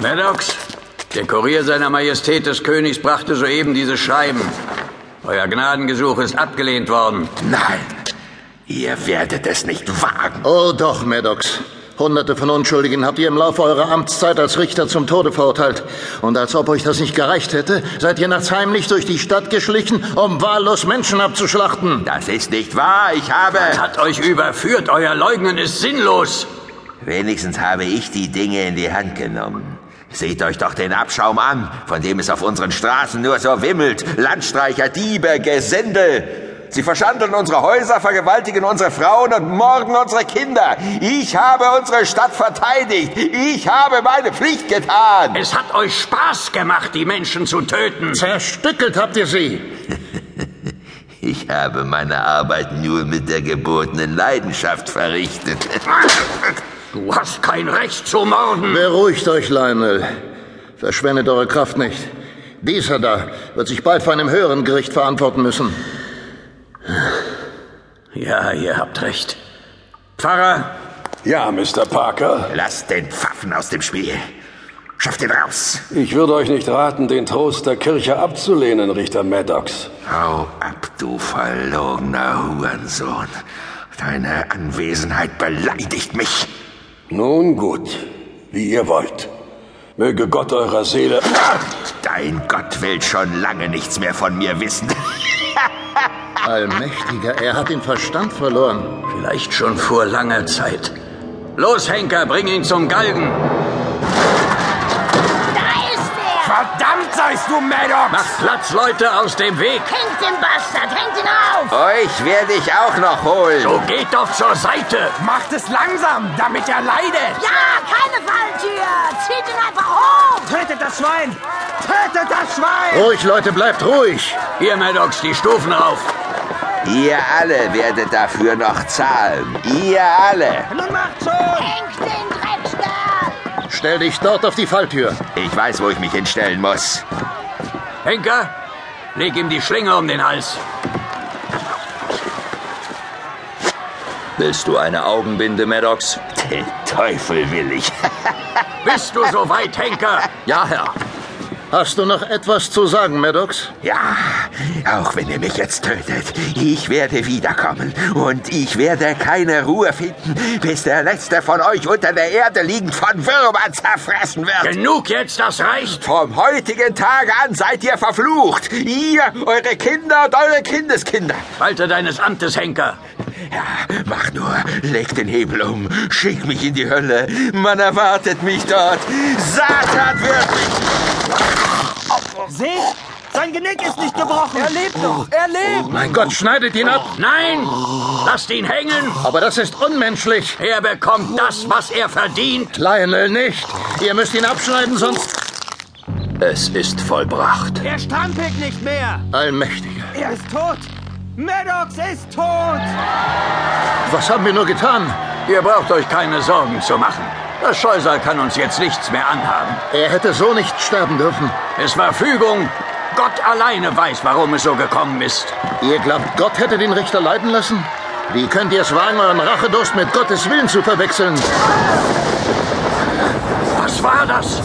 Maddox, der Kurier seiner Majestät des Königs brachte soeben diese Schreiben. Euer Gnadengesuch ist abgelehnt worden. Nein, ihr werdet es nicht wagen. Oh doch, Maddox. Hunderte von Unschuldigen habt ihr im Laufe eurer Amtszeit als Richter zum Tode verurteilt. Und als ob euch das nicht gereicht hätte, seid ihr nachts heimlich durch die Stadt geschlichen, um wahllos Menschen abzuschlachten. Das ist nicht wahr, ich habe... Man hat euch überführt, euer Leugnen ist sinnlos. Wenigstens habe ich die Dinge in die Hand genommen. Seht euch doch den Abschaum an, von dem es auf unseren Straßen nur so wimmelt. Landstreicher, Diebe, Gesindel. Sie verschandeln unsere Häuser, vergewaltigen unsere Frauen und morden unsere Kinder. Ich habe unsere Stadt verteidigt. Ich habe meine Pflicht getan. Es hat euch Spaß gemacht, die Menschen zu töten. Zerstückelt habt ihr sie. Ich habe meine Arbeit nur mit der gebotenen Leidenschaft verrichtet. Du hast kein Recht zu morden. Beruhigt euch, Lionel. Verschwendet eure Kraft nicht. Dieser da wird sich bald vor einem höheren Gericht verantworten müssen. Ja, ihr habt recht. Pfarrer? Ja, Mr. Parker? Lasst den Pfaffen aus dem Spiel. Schafft ihn raus. Ich würde euch nicht raten, den Trost der Kirche abzulehnen, Richter Maddox. Hau ab, du verlogener Hurensohn. Deine Anwesenheit beleidigt mich. Nun gut, wie ihr wollt. Möge Gott eurer Seele. Dein Gott will schon lange nichts mehr von mir wissen. Allmächtiger, er hat den Verstand verloren. Vielleicht schon vor langer Zeit. Los, Henker, bring ihn zum Galgen. Da ist er! Verdammt seist du, Maddox! Macht Platz, Leute, aus dem Weg. Hängt den Bastard! Hängt ihn auf! Euch werde ich auch noch holen. So geht doch zur Seite. Macht es langsam, damit er leidet. Ja, keine Falltür! Zieht ihn einfach hoch! Tötet das Schwein! Tötet das Schwein! Ruhig, Leute, bleibt ruhig. Hier, Maddox, die Stufen rauf. Ihr alle werdet dafür noch zahlen. Ihr alle. Nun macht schon! Hängt den Dreckskerl! Stell dich dort auf die Falltür. Ich weiß, wo ich mich hinstellen muss. Henker, leg ihm die Schlinge um den Hals. Willst du eine Augenbinde, Maddox? Den Teufel will ich. Bist du soweit, Henker? Ja, Herr. Hast du noch etwas zu sagen, Maddox? Ja, auch wenn ihr mich jetzt tötet, ich werde wiederkommen. Und ich werde keine Ruhe finden, bis der letzte von euch unter der Erde liegend von Würmern zerfressen wird. Genug jetzt, das reicht. Vom heutigen Tage an seid ihr verflucht. Ihr, eure Kinder und eure Kindeskinder. Walte deines Amtes, Henker. Ja, mach nur, leg den Hebel um, schick mich in die Hölle. Man erwartet mich dort. Satan wird mich. Seht! Sein Genick ist nicht gebrochen! Er lebt noch! Er lebt! Mein Gott, schneidet ihn ab. Nein, lasst ihn hängen. Aber das ist unmenschlich. Er bekommt das, was er verdient. Lionel nicht. Ihr müsst ihn abschneiden, sonst... Es ist vollbracht. Er strampelt nicht mehr! Allmächtiger, Er ist tot! Maddox ist tot! was haben wir nur getan? Ihr braucht euch keine Sorgen zu machen. Das Scheusal kann uns jetzt nichts mehr anhaben. Er hätte so nicht sterben dürfen. Es war Fügung. Gott alleine weiß, warum es so gekommen ist. Ihr glaubt, Gott hätte den Richter leiden lassen? Wie könnt ihr es wagen, euren Rachedurst mit Gottes Willen zu verwechseln? Was war das?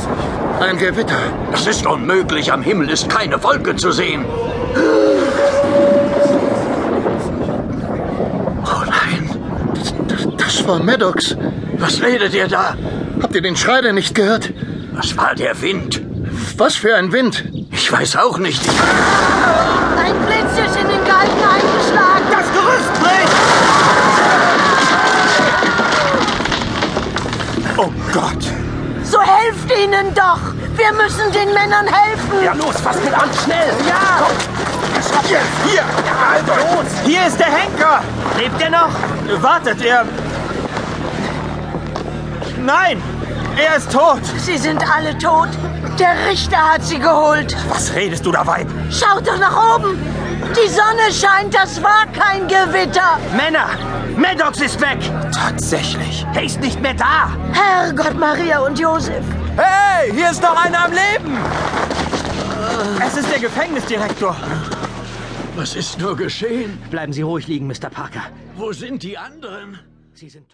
Ein Gewitter. Das ist unmöglich. Am Himmel ist keine Wolke zu sehen. Oh nein, Das, das war Maddox. was redet ihr da? Habt ihr den Schrei denn nicht gehört? Was war der Wind? Was für ein Wind. Ich weiß auch nicht. Ein Blitz ist in den Galgen eingeschlagen! Das Gerüst bricht! Oh So helft ihnen doch! Wir müssen den Männern helfen! Ja, los, fass mit an, schnell! Ja! Hier, hier, halt euch. Hier ist der Henker! Lebt er noch? Wartet, er. Nein! Er ist tot! Sie sind alle tot! Der Richter hat sie geholt! Was redest du da, Weib? Schaut doch nach oben! Die Sonne scheint, das war kein Gewitter! Männer! Maddox ist weg! Tatsächlich. Er ist nicht mehr da! Herrgott, Maria und Josef! Hey, hier ist noch einer am Leben! Es ist der Gefängnisdirektor. Was ist nur geschehen? Bleiben Sie ruhig liegen, Mr. Parker. Wo sind die anderen? Sie sind